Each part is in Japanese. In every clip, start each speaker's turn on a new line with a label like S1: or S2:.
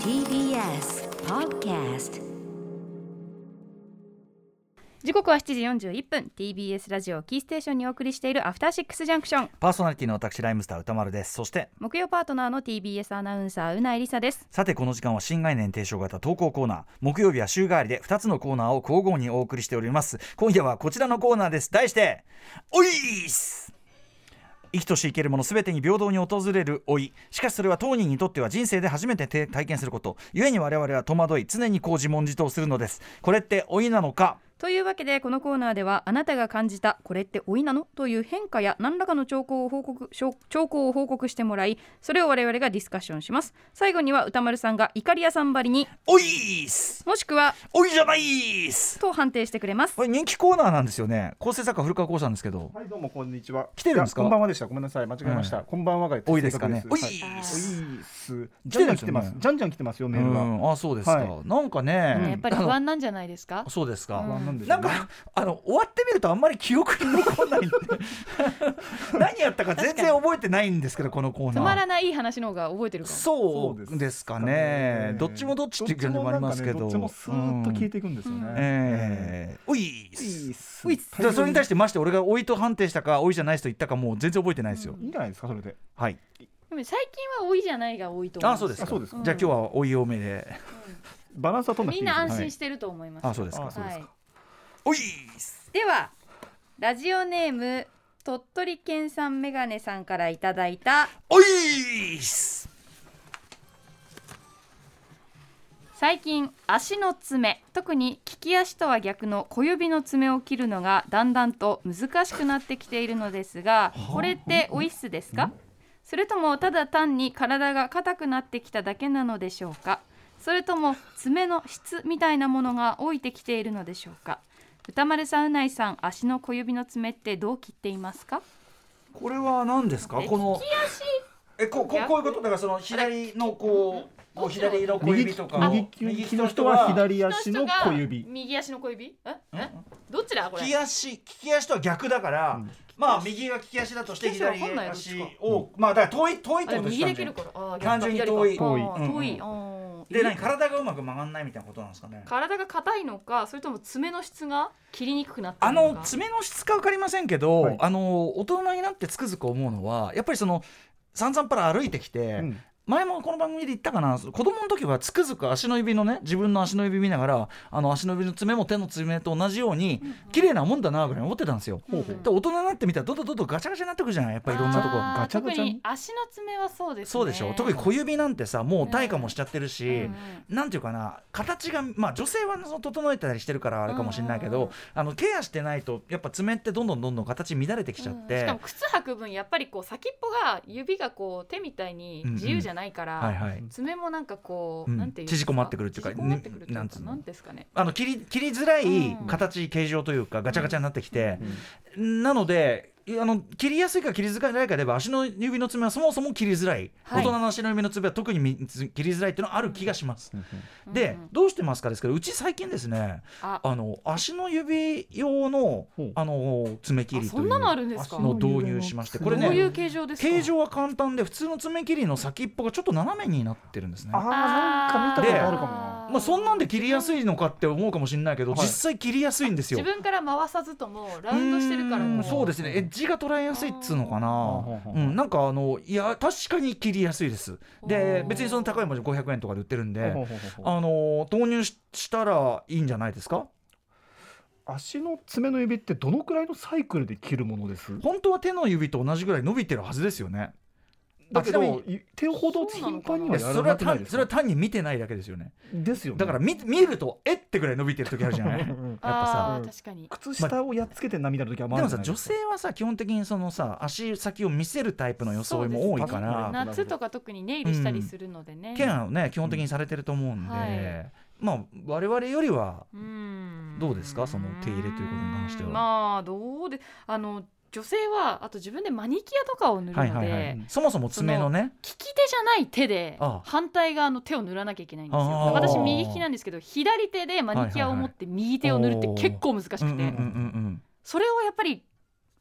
S1: TBS Podcast
S2: 時刻は7時41分 TBS ラジオをキーステーションにお送りしているアフターシックスジャンクション
S3: パーソナリティの私ライムスター歌丸ですそして
S2: 木曜パートナーの TBS アナウンサーうないりさです
S3: さてこの時間は新概念提唱型投稿コーナー木曜日は週替わりで2つのコーナーを交互にお送りしております今夜はこちらのコーナーです題しておいーっす生きとし生けるもの全てに平等に訪れる老いしかしそれは当人にとっては人生で初めてて体験すること故に我々は戸惑い常にこう自問自答するのですこれって老いなのか
S2: というわけでこのコーナーではあなたが感じたこれって老いなのという変化や何らかの兆候を報告しょ兆候を報告してもらいそれを我々がディスカッションします最後には歌丸さんがイカリアさんばりに
S3: おいーっす
S2: もしくは
S3: 老いじゃないーっす
S2: と判定してくれます
S3: これ人気コーナーなんですよね構成作家古川光さんですけど
S4: はい、どうもこんにちは。
S3: 来てるんですか
S4: いやこんばんはでした。ごめんなさい、間違えました。こんばんはが
S3: 多いですかね
S4: 正確
S3: 多い
S4: はい
S3: っ
S4: 多いっす。
S3: 来
S4: じ
S3: てる
S4: ゃんじ
S3: ん
S4: ゃ
S3: で
S4: ん
S3: す
S4: 来
S3: よね
S4: てます。じゃんじゃん来てますよ、
S3: う
S4: メールは。
S3: んあそうですか、
S4: は
S3: なんかね、
S4: うん
S5: やっぱり不安なんじゃないですか
S3: あの。そうですか、
S4: 不安なんでしょ
S3: な
S4: うんね
S3: かあの終わってみるとあんまり記憶に残らないんで 何やったか全然覚えてないんですけどこのコー
S5: つま
S3: ナー
S5: らない話の方が覚えてるかも。
S3: そうですかねどっちもどっちっていう感じもありますけど
S4: どっちもスーッと消えていくんですよ
S5: う
S4: ね
S5: ん。
S3: ええおい
S4: えいいっす。。
S3: ういっだからそれに対しててまして俺が老いと判定したか老いじゃない人言ったかもう全然覚えてないですよ、
S4: いいんじゃないですか、それで。
S3: はい
S5: でも最近は多いじゃないが多いと思い
S3: あ
S5: ます。
S3: そうですか
S4: あそうですか
S3: じゃあ今日は老い多めで
S4: バランスは取んなくて
S5: みん
S4: いいで
S5: な
S4: すね。
S5: 安心してると思います。
S3: あそうですか
S4: あそうですか
S3: おいっす
S2: ではラジオネーム鳥取県産メガネさんからいただいた
S3: おいっす
S5: 最近足の爪、特に利き足とは逆の小指の爪を切るのがだんだんと難しくなってきているのですが、これってオイスですか？それともただ単に体が硬くなってきただけなのでしょうか？それとも爪の質みたいなものが老いてきているのでしょうか？歌丸さんうないさん足の小指の爪ってどう切っていますか？
S3: これは何ですか
S5: え
S3: こ
S5: 利
S3: の
S5: き足
S3: えこここういうことだからその左のこうこう左の小指とかを
S4: 右利き右利きの人は左足の小指。
S5: 右足の小指ええどっちだこれ
S3: 利き足利き足とは逆だから、
S4: うん
S3: まあ右が利き足だとして
S5: 利き足は
S3: 左
S5: 本来どっ
S3: 足
S5: ちか
S3: をまあだから遠い遠いっ
S5: あ
S3: て
S5: で
S3: こ
S5: も
S3: と
S5: 右
S3: でした
S5: で
S3: ん
S5: 切るか
S3: で
S5: らあー逆か
S3: 単純に遠
S5: 左
S3: い
S5: か
S4: 遠い
S5: あー遠いあー
S3: で何体がうまく曲がんないみたいなことなんですかね
S5: 体が硬いのかそれとも爪の質が切りにくくなって
S3: あ
S5: るの
S3: の
S5: か
S3: 爪の質か分かりませんけど、
S4: はい
S3: あの大人になってつくづく思うのはやっぱりその散々パラ歩いてきて、
S4: うん
S3: 前もこの番組で言ったかな子供の時はつくづく足の指のね自分の足の指見ながらあの足の指の爪も手の爪と同じように綺麗なもんだなぐらい思ってたんですよ。
S4: ほうほう
S3: で大人になってみたらどんどんどんどんガチャガチャになってくるじゃないやっぱりいろんなとこ
S5: あー
S4: ガチャガチャ
S5: 特に足の爪はそうですね
S3: そうでしょ特に小指なんてさもう退化もしちゃってるし、
S5: うん
S3: なんていうかな形がまあ女性はその整えたりしてるからあれかもしれないけど、
S5: うんうんうん
S3: あのケアしてないとやっぱ爪ってどんどんどんどん形乱れてきちゃって、
S5: うんしかも靴履く分やっぱりこう先っぽが指がこう手みたいに自由じゃないから、
S3: はいはい
S5: 爪もなんかこう、
S3: うん
S5: なんていうんです
S3: 縮こまってくるっていうか
S5: 縮こまってくるっていうか
S3: ねなんつうの
S5: なんですかね
S3: あの切り切りづらい
S5: うん
S3: 形、形状というかガチャガチャになってきて、なのでいやあの切りやすいか切りづらいかで言えば足の指の爪はそもそも切りづらい、
S2: はい
S3: 大人の足の指の爪は特にみ切りづらいっていうのはある気がします。
S5: うん
S3: で、
S5: うん
S3: どうしてますかですけどうち最近ですね
S5: あ
S3: あの足の指用の
S4: ほう
S3: あの爪切り
S5: あ
S3: と
S5: そ
S3: い
S5: ん
S3: う
S5: なのあるんですか
S3: のを導入しましてこれ
S5: どうい
S3: ね
S5: う形状ですか
S3: 形状は簡単で普通の爪切りの先っぽがちょっと斜めになってるんですね。
S4: あー、なんか見たことあるかもな。
S3: まあ、そんなんで切りやすいのかって思うかもしれないけど、
S4: はい
S3: 実際切りやすいんですよ
S5: 自。分から回さずともラウンドしてるから
S3: う
S5: こ
S3: んそうですねエッジが捉えやすいっつうのかな
S4: あー
S3: うん、なんかあのいや確かに切りやすいですで
S5: おー
S3: 別にその高いもの500円とかで売ってるん
S4: ほう
S3: で
S4: ほうほうほう
S3: あの投入ししたらいいんじゃないですか
S4: 足の爪の指ってどのくらいのサイクルで切るものです
S3: 本当は手の指と同じぐらい伸びてるはずですよね
S4: だけ
S3: あちな
S4: ど手ほど頻繁にはや
S3: それ
S4: ら
S3: は
S4: なくない
S3: 単
S4: です
S3: そ
S4: か
S3: れは単に見てないだけですよね
S4: ですよね
S3: だから見見るとえってぐらい伸びてる時あるじゃ ないで
S5: あ
S3: やっぱさ
S5: ー確かに
S4: 靴下をやっつけてんなみたいな時はまあ
S3: もさ女性はさ基本的にそのさ足先を見せるタイプの装いも多いか
S4: そうです
S3: ら
S4: ね
S5: 夏とか特にネイルしたりするのでね、
S3: ケアをね基本的にされてると思うんで、
S5: はい
S3: まあ我々よりは
S5: うん
S3: どうですかその手入れということに関しては
S5: まあどうであの女性はあと自分でマニキュアとかを塗るので、
S3: はいはいはい
S4: うん
S3: そもそも爪のね
S5: 利き手じゃない手で
S3: ああ
S5: 反対側の手を塗らなきゃいけないんですよ
S3: ああ
S5: 私右利きなんですけど左手でマニキュアを持って右手を塗るって結構難しくて、
S3: うんうんうんうん
S5: それをやっぱり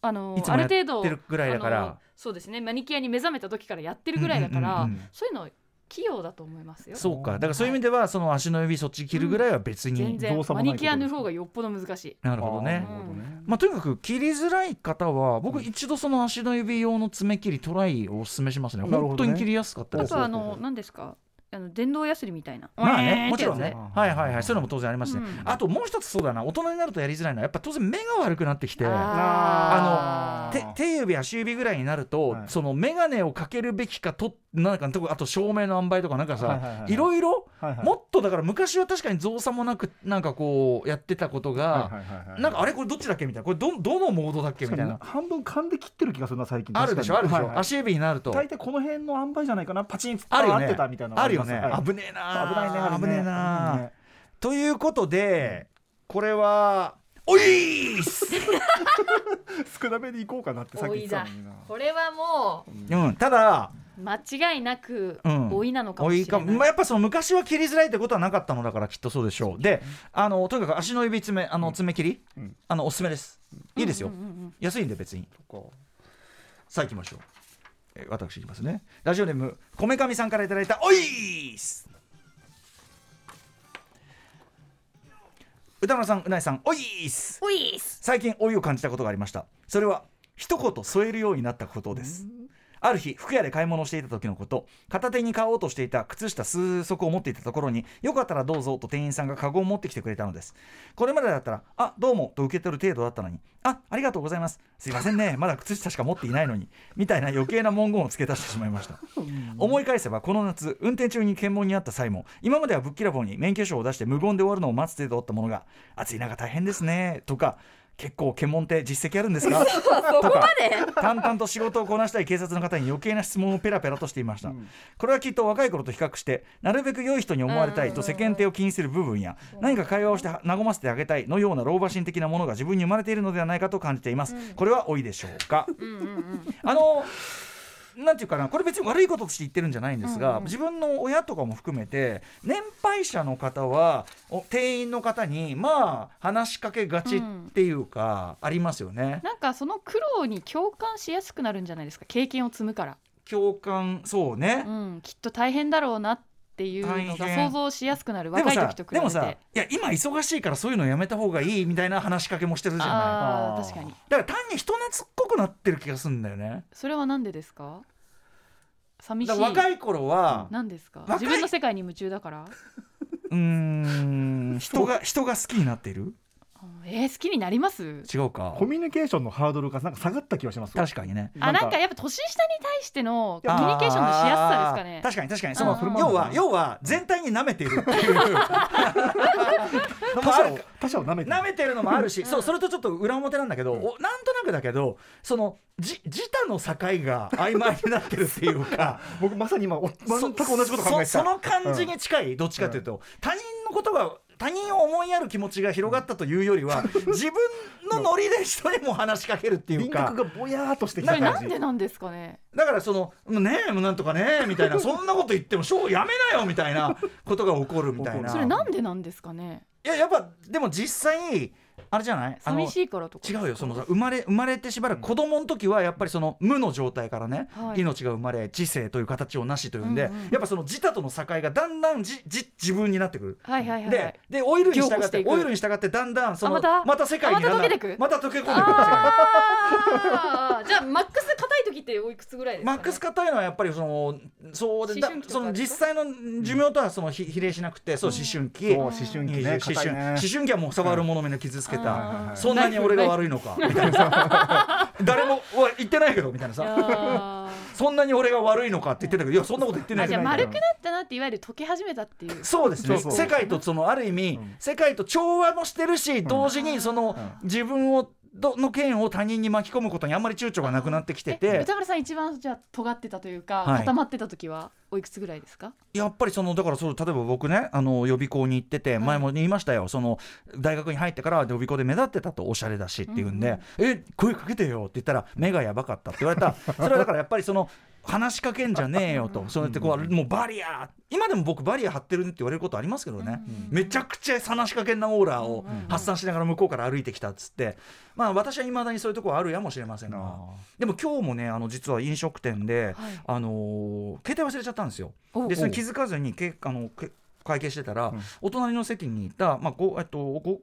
S5: あの
S3: いつも
S5: ある
S3: やって
S5: 程度
S3: うんってるぐらいだか
S5: あの
S3: ら
S5: そうですねマニキュアに目覚めた時からやってるぐらいだから、
S3: うんうんうんうん
S5: そういうの器用だと思いますよ
S3: そうかだからそういう意味ではその足の指そっち切るぐらいは別に、
S5: 全然
S4: 動作も
S5: マ
S4: ない
S5: ニキュア塗る方がよっぽど難しい
S3: なるほどね
S4: あーなるほどね
S3: まあ、とにかく切りづらい方は僕一度その足の指用の爪切りトライをおすすめしますね
S4: なるほどね
S3: 本当に切りやすかった
S5: あ
S3: です
S4: そう
S5: とはあの何ですかあの電動ヤスリみたいな
S3: まあ
S5: えーってや
S3: ね
S5: つ
S3: もちろんね
S4: うん
S3: はいはいはいそういうのも当然ありますね、
S5: うん
S3: あともう一つそうだな大人になるとやりづらいのはやっぱ当然目が悪くなってきて
S5: あ
S3: 手手指足指ぐらいになると、
S4: はい
S3: その眼鏡をかけるべきかとなんかとこあと照明の塩梅とかなんかさ、
S4: はい
S3: い
S4: はいはい
S3: ろいろ
S4: はいはい
S3: もっとだから昔は確かに造作もなくなんかこうやってたことが、
S4: はいはいはいはい
S3: なんかあれこれどっちだっけみたいなこれどどのモードだっけみ
S4: 確
S3: た
S4: か
S3: い
S4: に
S3: な
S4: 半分噛んで切ってる気がするな最近
S3: あるでしょある
S4: 確
S3: でしょ、
S4: かにはいはい
S3: 足指になると
S4: 大体この辺の塩梅じゃないかなパチンつ
S3: あるよ
S4: 合ってたみ
S3: ね
S4: たいなのが
S3: あるよ
S4: り
S3: ね
S4: ますはい
S3: 危ねえな
S4: 危ないねあれね
S3: 危ねえな
S4: 危ね
S3: ということでこれはおいーっす、
S4: え少なめでいこうかなってさっき
S5: 多
S4: 言っ
S5: い
S4: てた
S5: だ
S4: のにな
S5: これはも
S3: うん、ただ
S5: う間違いなく
S3: うん
S5: 老いなのかも
S3: 多
S5: し
S3: いか
S5: れ
S3: も
S5: ない
S3: まあ、やっぱその昔は切りづらいってことはなかったのだからきっとそうでしょうであのとにかく足の指爪あの爪切り、
S4: うん
S3: あのおすすめですいいですよ、
S5: うんうんうんうん
S3: 安いんで別に
S4: そっか
S3: さあ行きましょうえー私行きますねラジオネームこめかみさんからいただいたおいーっす歌丸さんうないさんおいーっす
S5: おいっす
S3: 最近老いを感じたことがありましたそれは一言添えるようになったことですある日服屋で買い物をしていた時のこと片手に買おうとしていた靴下数足を持っていたところによかったらどうぞと店員さんがカゴを持ってきてくれたのですこれまでだったら「あどうも」と受け取る程度だったのに「あありがとうございますすいませんねまだ靴下しか持っていないのに」みたいな余計な文言を付け足してしまいました思い返せばこの夏運転中に検問にあった際も今まではぶっきらぼうに免許証を出して無言で終わるのを待つ程度だったものが「暑い中大変ですね」とか「結構検問って実績あるんですか? 」とか淡々と仕事をこなしたい警察の方に余計な質問をペラペラとしていました、これはきっと若い頃と比較してなるべく良い人に思われたいと世間体を気にする部分や何か会話をして和ませてあげたいのような老婆心的なものが自分に生まれているのではないかと感じています、これは多いでしょうか、あのなんていうかなこれ別に悪いこととして言ってるんじゃないんですが、自分の親とかも含めて年配者の方はお店員の方にまあ話しかけがちっていうか、ありますよね。
S5: なんかその苦労に共感しやすくなるんじゃないですか経験を積むから、
S3: 共感そうね
S5: う、ん、きっと大変だろうなっていうのが
S3: 大変
S5: 想像しやすくなる
S3: でも
S5: 若い
S3: さ
S5: 時と比
S3: で
S5: べ
S3: も
S5: て
S3: さいや今忙しいからそういうのやめた方がいいみたいな話しかけもしてるじゃない
S5: あ
S4: あー
S5: ー確かに
S3: だから単に人懐っこくなってる気がするんだよね
S5: それは何でですか寂しい
S3: だから若い頃は
S5: 何ですか
S3: 若い
S5: 自分の世界に夢中だから
S3: うーん人が人が好きになっている
S5: うんえー、好きになります
S3: 違うか
S4: コミュニケーションのハードルがなんか下がった気がします
S3: 確かにね
S5: あなんかやっぱ年下に対してのコ
S4: い
S5: ミ
S4: や
S5: ュニケーションのしやすさですかね
S3: あー確かに確かにそ
S5: あーそれ
S3: の
S4: もある
S3: 要
S4: な
S3: は要は全体に舐めているっていう
S4: 他者を他者を舐めてる
S3: 舐めてるのもあるし、そうそれとちょっと裏表なんだけど、おなんとなくだけどそのじ自他の境が曖昧になってるっていうか
S4: 僕まさに今お全く同じこと考えてた
S3: そその感じに近い、どっちかというと、他人のことが他人を思いやる気持ちが広がったというよりは自分のノリで人にも話しかけるっていう
S4: 輪
S3: か
S4: 郭がぼやーっとしてき
S5: そ
S4: た
S5: れな
S4: 感
S5: ん
S4: じ
S5: でなんですかね
S3: だからその「ねえもうなんとかね」みた いな「そんなこと言っても賞やめなよ」みたいなことが起こるみたい な。
S5: それなんでなんですかね
S3: いややっぱでも実際あれじゃないあの
S5: 寂しいからとか
S3: 違うよそのさ生まれ生まれてしばらく子供の時はやっぱりその無の状態からね、
S5: はい
S3: 命が生まれ知性という形をなしというんで、
S5: うんうん
S3: やっぱその自他との境がだんだんじじ自分になってくる。
S5: はいはいはい、はい
S3: で、でオイルに従
S5: 凝固し
S3: っ
S5: て
S3: て
S5: いく
S3: オイルに従ってだんだんその
S5: あまた
S3: 世界にだんだん
S5: あまた溶けてく
S3: また溶け込んでくる
S5: あーじゃあマックス硬い時っておいくつぐらいですか、
S3: マ
S5: ね、
S3: ックス硬いのはやっぱりそのそうでだ
S5: 思春期とか
S3: その実際の寿命とはその比比例しなくてそう思春期、
S4: そう思春期ね
S3: 20思
S4: 硬い
S3: 春
S4: ね
S3: 思春期はもう触るもの目の傷つけ
S5: うんはい
S3: た
S4: はいはい
S3: そんなに俺が悪いのかみたいなさ誰もおい言ってないけどみたいなさ
S5: あー
S3: そんなに俺が悪いのかって言ってたけどいやそんなこと言ってな
S5: あ
S3: い
S5: じゃあ
S3: ない
S5: 丸くなったなっていわゆる溶け始めたっていう
S3: そうですね
S4: そうそう
S3: 世界とそのある意味、世界と調和もしてるし同時にその、自分をどの件を他人に巻き込むことにあんまり躊躇がなくなってきて
S5: え
S3: て
S5: 歌丸さん一番じゃあ尖ってたというか、
S3: はい
S5: 固まってた時はおいくつぐらいですか
S3: やっぱりそのだからそう例えば僕ねあの予備校に行ってて前も言いましたよ、その大学に入ってから予備校で目立ってたとおしゃれ だしっていうんで「え声かけてよ」って言ったら「目がやばかった」って言われたそれはだからやっぱりその。話しかけんじゃねえよとそうやってこうもうバリア今でも僕バリア張ってるねって言われることありますけどね、めちゃくちゃ話しかけんなオーラを発散しながら向こうから歩いてきたっつってまあ私はいまだにそういうところあるやもしれませんがでも今日もねあの実は飲食店で、あのー携帯忘れちゃったんですよ。でそれ気づかずにけあのけ会計してたら、
S4: うん
S3: お隣の席にいた、まあ、ごえっとご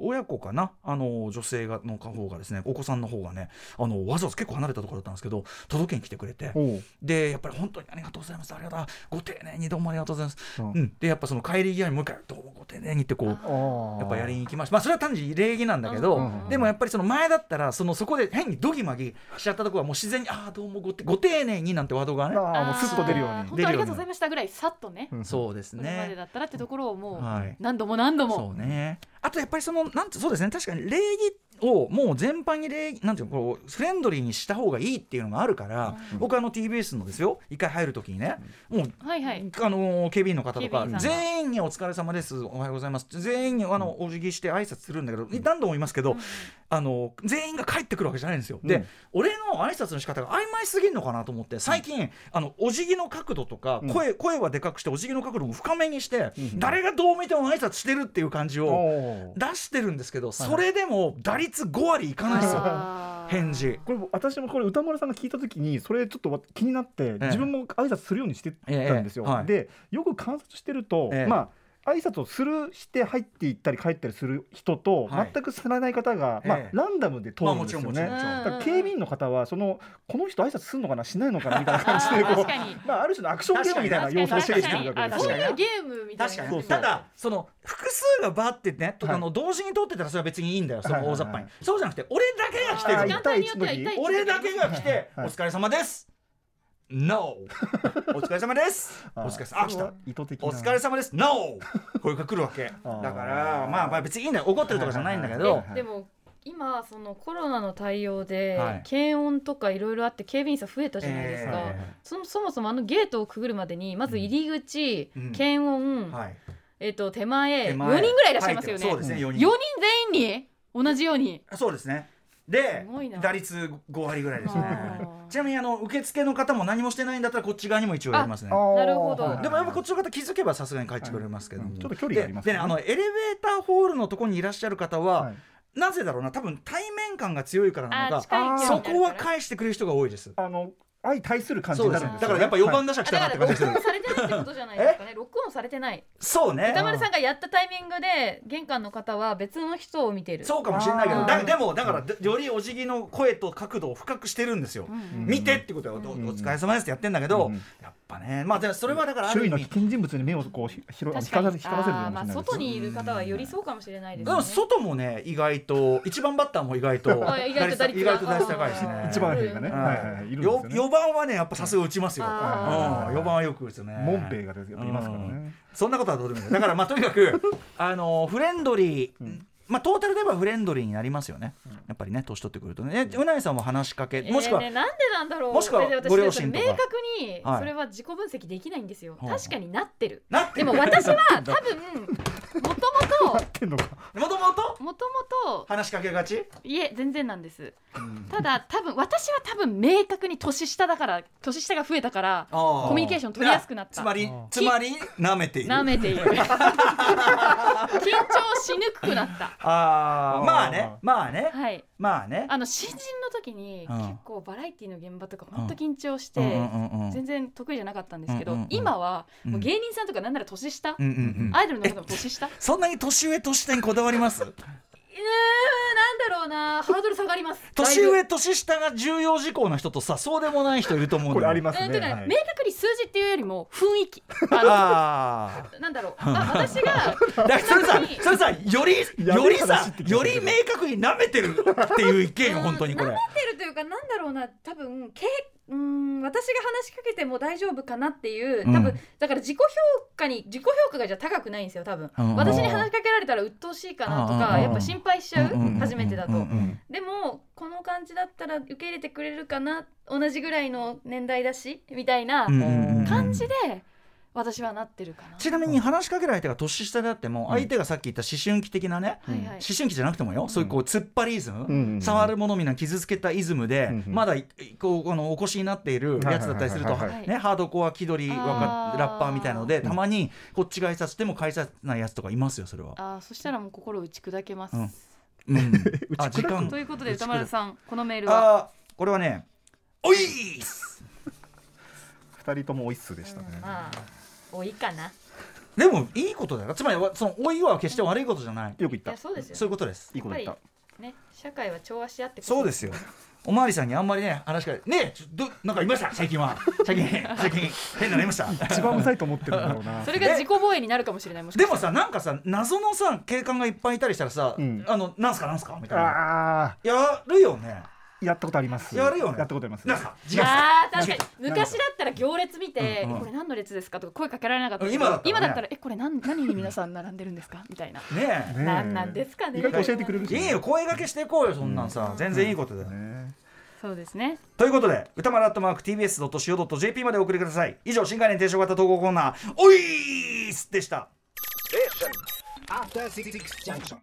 S3: 親子かなあの女性がの方がですねお子さんの方がねあのわざわざ結構離れたところだったんですけど届けに来てくれて
S4: おう
S3: でやっぱり本当にありがとうございますありがとうご丁寧にどうもありがとうございます、
S4: う
S3: うんんでやっぱその帰り際に向かうどうもご丁寧にってこう
S4: ああ
S3: やっぱやりに行きましたまあそれは単に礼儀なんだけど、
S4: うん
S3: でもやっぱりその前だったらそのそこで変にドギマギしちゃったところはもう自然に「ああどうもごてご丁寧に」なんてワードがね、
S4: ああもうスッと出るよう
S3: ー
S4: に
S5: 本当ありがとうございましたぐらいさっとね、
S4: うん
S3: そうです
S5: これまで
S3: ね。
S5: だったらってところをもう
S3: はい
S5: 何度も何度も
S3: そうね。あとやっぱりそのなんてそうですね確かに礼儀をもう全般に礼儀なんていうのこうフレンドリーにした方がいいっていうのがあるから、僕あの TBS のですよ一回入るときにね、もう
S5: はいはい
S3: あのー警備員の方と
S5: 警備
S3: か
S5: 員さんが
S3: 全員にお疲れ様ですおはようございます全員にあのお辞儀して挨拶するんだけど、何度も言いますけど、あのー全員が帰ってくるわけじゃないんですよ、
S4: う
S3: で
S4: ん
S3: 俺の挨拶の仕方が曖昧すぎるのかなと思って最近、あのお辞儀の角度とか
S4: うん
S3: 声,、声はでかくしてお辞儀の角度も深めにして、
S4: うん
S3: 誰がどう見ても挨拶してるっていう感じを、
S4: おう
S3: 出してるんですけど、
S4: い
S3: それでも打率5割いか ないですよ、
S5: あー
S3: 返事。
S4: これ私もこれ歌丸さんが聞いた時にそれちょっとわ気になって自分も挨拶するようにしてたんですよ、
S3: ええはい
S4: でよく観察してると、
S3: ええ
S4: まあ挨拶をするして入っていったり帰ったりする人と
S3: はい
S4: 全く知らない方が、
S3: ええ
S4: まあ、ランダムで通るんですよね、
S5: ろん
S3: ん
S4: だから警備員の方はそのこの人挨拶するのかなしないのかなみたいな感じで
S5: あー
S4: こ
S5: 確かに
S4: う、まあ、ある種のアクションゲームみたいな要素を
S5: 確
S4: 支
S5: かに
S4: 援してる
S5: 確かにあ
S4: わけです
S5: そう
S4: よ
S5: い
S4: ね。
S5: うゲームみたい
S3: 確
S5: な
S3: か
S5: やつ
S3: に
S4: そうそう
S3: ただその複数がバーってねとか
S4: はい
S3: の同時に通ってたらそれは別にいいんだよその大雑把に、
S4: はいはいは
S3: そうじゃなくて俺だけが来て
S4: あー
S3: る
S5: 時間帯によっては一対一の時
S3: 俺だけが来て「お
S4: はい
S3: 疲れ様です」NO お疲れ様ですお
S4: あー
S3: 疲れ様あ来た
S4: 意図的な
S3: お疲れ様です NO 声が来るわけだか
S4: あー
S3: らまあまあ別にいいんだよ怒ってるとかじゃないんだけ
S4: は
S3: ど
S4: い
S5: でも今そのコロナの対応で、
S3: はい
S5: 検温とかいろいろあって警備員さん増えたじゃないですか、
S3: え
S5: そのそもそもあのゲートをくぐるまでにまず入り口、
S3: うん
S5: 検温、
S3: はい
S5: えっと手前
S3: 手
S5: 四
S3: 前
S5: 4人ぐらいいらっしゃいますよね
S3: そうですね4
S5: 4
S3: 人
S5: 人全員に同じように
S3: そうですね。です
S5: ごいな
S3: 打率5割ぐらいですね
S5: あー
S3: ちなみにあの受付の方も何もしてないんだったらこっち側にも一応やりますね
S4: あー
S5: なるほど
S4: はいはい
S3: でもやっぱこっちの方気づけばさすがに帰ってくれますけども、
S4: うんちょっと距離がありますね
S3: でであのエレベーターホールのところにいらっしゃる方は、
S4: はい
S3: なぜだろうな多分対面感が強いからな
S5: あ
S3: の
S5: ー近い
S3: か
S5: 距離
S3: そ
S5: になるか
S3: こは
S5: ら
S3: 返してくれる人が多いです
S4: あの相対する感じ
S3: そう
S4: に
S3: です
S4: なる
S3: ね
S4: んですよね
S3: だからやっぱ4
S4: は
S3: 番打者
S5: あ
S3: 来たな
S5: だ
S3: っ
S5: か
S3: て
S5: ら
S3: 感
S5: 録
S3: じが
S5: 音さ
S3: する
S5: れてないってことじゃないですかね録音されてない
S3: そうね
S5: 歌丸さんがやったタイミングで玄関の方は別の人を見てる
S3: そうかもしれないけど
S4: あー
S3: だでもだからよりお辞儀の声と角度を深くしてるんですよ、
S4: ん
S3: 見てってことはおおお疲れ様ですってやってんだけど、
S4: うん
S3: やっぱねまあでもそれはだからあ
S4: 周
S3: る
S4: 囲
S3: 意
S4: の
S3: 味
S4: 危険人物に目をこうひひろ光ら
S5: 確
S4: せ
S5: か
S4: 光ら
S5: に
S4: せるよう
S5: あー
S4: に
S5: ま
S4: し
S5: あ
S4: ない
S5: 外にいる方はよりそうかもしれないです
S3: うん、
S5: ね
S3: 外もね意外と一番バッターも意外と
S5: あ意外と打率が
S3: 意外と打率高いしね
S5: あー
S4: 一番兵がね、
S3: うん
S4: はいはいはい、いるんですよ
S3: よ
S4: ね。
S3: 四番はねやっぱさすが打ちますよ、うん、
S5: あ
S4: ー
S3: 4番はよく打つね
S4: モンペイがですよやっぱいますから
S3: う
S4: ね。
S3: そんなことはどうでもいいだからまあとにか くあのフレンドリー、まあトータルで言えばフレンドリーになりますよね、やっぱりね年取ってくるとねえうなぎさんも話しかけもしくは、
S5: えーね、なんでなんだろう
S3: もしくは
S5: これで私
S3: ご両親とか
S5: 明確に
S3: はい
S5: それは自己分析できないんですよ、
S3: はい
S5: 確かになってる
S3: なって
S5: で
S3: る
S5: も私 は多分もともと
S4: ってんのか。
S3: もともと
S5: もともと
S3: 話しかけがち
S5: いえ全然なんですただ多分私は多分明確に年下だから年下が増えたから
S3: コ
S5: コミュニケーション取りやすくなった
S3: つまり
S4: あー
S3: つまりなめている
S5: なめている 緊張しにくくなった
S3: ああまあね
S4: あー
S3: まあね、
S5: はい
S3: まあ ね
S5: あの新人の時に
S3: うん
S5: 結構バラエティの現場とか本当緊張し
S3: うんう
S5: て
S3: んうんうん
S5: 全然得意じゃなかったんですけど、
S3: うんうんうん
S5: 今はもううん芸人さんとかなんなら年下、
S3: うんうんうん
S5: アイドルの方も年下うーん
S3: そんなに年上年下にこだわります
S5: なんだろうなハードル下がります
S3: 年
S5: だい
S3: 上年下が重要事項の人とさそうでもない人いると思うん
S4: これ
S3: だ
S4: あり
S3: よ
S4: ま
S5: ぶ
S4: す
S5: うんとい
S4: ね。
S5: うかね
S4: はい
S5: 明確に数字っていうよりも雰囲気あ
S3: あ
S5: のなんだろうあ私が
S3: あだからそれさそれさより
S4: やべえ
S3: より
S4: 話
S3: さ
S4: ってきた
S3: より明確に舐めてるっていう意見よ本当にこ
S5: 舐
S3: れ
S5: めてるというかなんだろうな多分けうーん私が話しかけても大丈夫かなっていう多分、
S3: うん
S5: だから自己評価に自己評価がじゃあ高くないんですよ多分、
S3: うん
S5: 私に話しかけられたら鬱陶しいかなと
S3: うんうんう
S5: か
S3: ん
S5: やっぱ心配しちゃう,、
S3: うんうんうん
S5: 初めてだと、
S3: うんうん
S5: でもこの感じだったら受け入れてくれるかな同じぐらいの年代だしみたいな
S3: うんうんうん
S5: 感じで私はなってるかな。
S3: ちなみに話しかける相手が年下であっても、相手がさっき言った思春期的なね、
S5: はいはい
S3: 思。春期じゃなくてもよ、そういうこう突っ張りイズム、
S4: うん
S3: 触るものみな傷つけたイズムで、
S4: うんうん
S3: まだいこうあのお越しになっているやつだったりすると、
S4: はいはい
S5: はいはい
S3: ね、ハードコア気取りわか
S5: あー
S3: ラッパーみたいのでたまにこっちが挨拶しても返さないやつとかいますよそれは。
S5: ああ、そしたらもう心を打ち砕けます。
S3: うんうん あ時間
S5: ということで歌丸さんこのメールは
S3: あーこれはね「おいーっす
S4: 二人ともおいっすでしたね。
S1: まあ多いかな
S3: でもいいことだよつまりわその「おい」は決して悪いことじゃない、
S4: よく言っ
S5: い
S4: た
S5: や。そうですよ
S3: そういうことです
S4: いいこと言った。
S5: ね社会は調和し合って
S3: そうですすよおまわりさんにあんまりね話しかけねえちょどなんかいました最近は最近最近変なのいました
S4: 一番うざいと思ってるんだろうな。
S5: それが自己防衛になるかもしれないもしか
S3: で
S5: した
S3: も
S5: ら
S3: さなんかさ謎のさ警官がいっぱいいたりしたらさ「
S4: うん
S3: あのなんすかなんすか?」みたいな
S4: ああ
S3: やるよね
S4: やったことあります。
S3: やるよね
S4: やったことあります。
S3: なんすか違う
S5: あー確かに昔だったら行列見て、
S3: うんうん
S5: これ何の列ですかとか声かけられなかったけど
S3: 今だったらね
S5: 今だったらえこれ何何に皆さん並んでるんですかみたいな、
S3: ね
S4: ねえ
S5: なんなんですかね
S4: 意外と教えてくれるし
S3: えいいよ声掛けしていこうよそんなんさ、全然いいことだよ、
S4: ね
S5: そうですね
S3: ということで歌丸アットマーク TBS.CO.JP までお送りください以上新概念提唱型投稿コーナー「おいーす!」でした
S6: After Six Junction.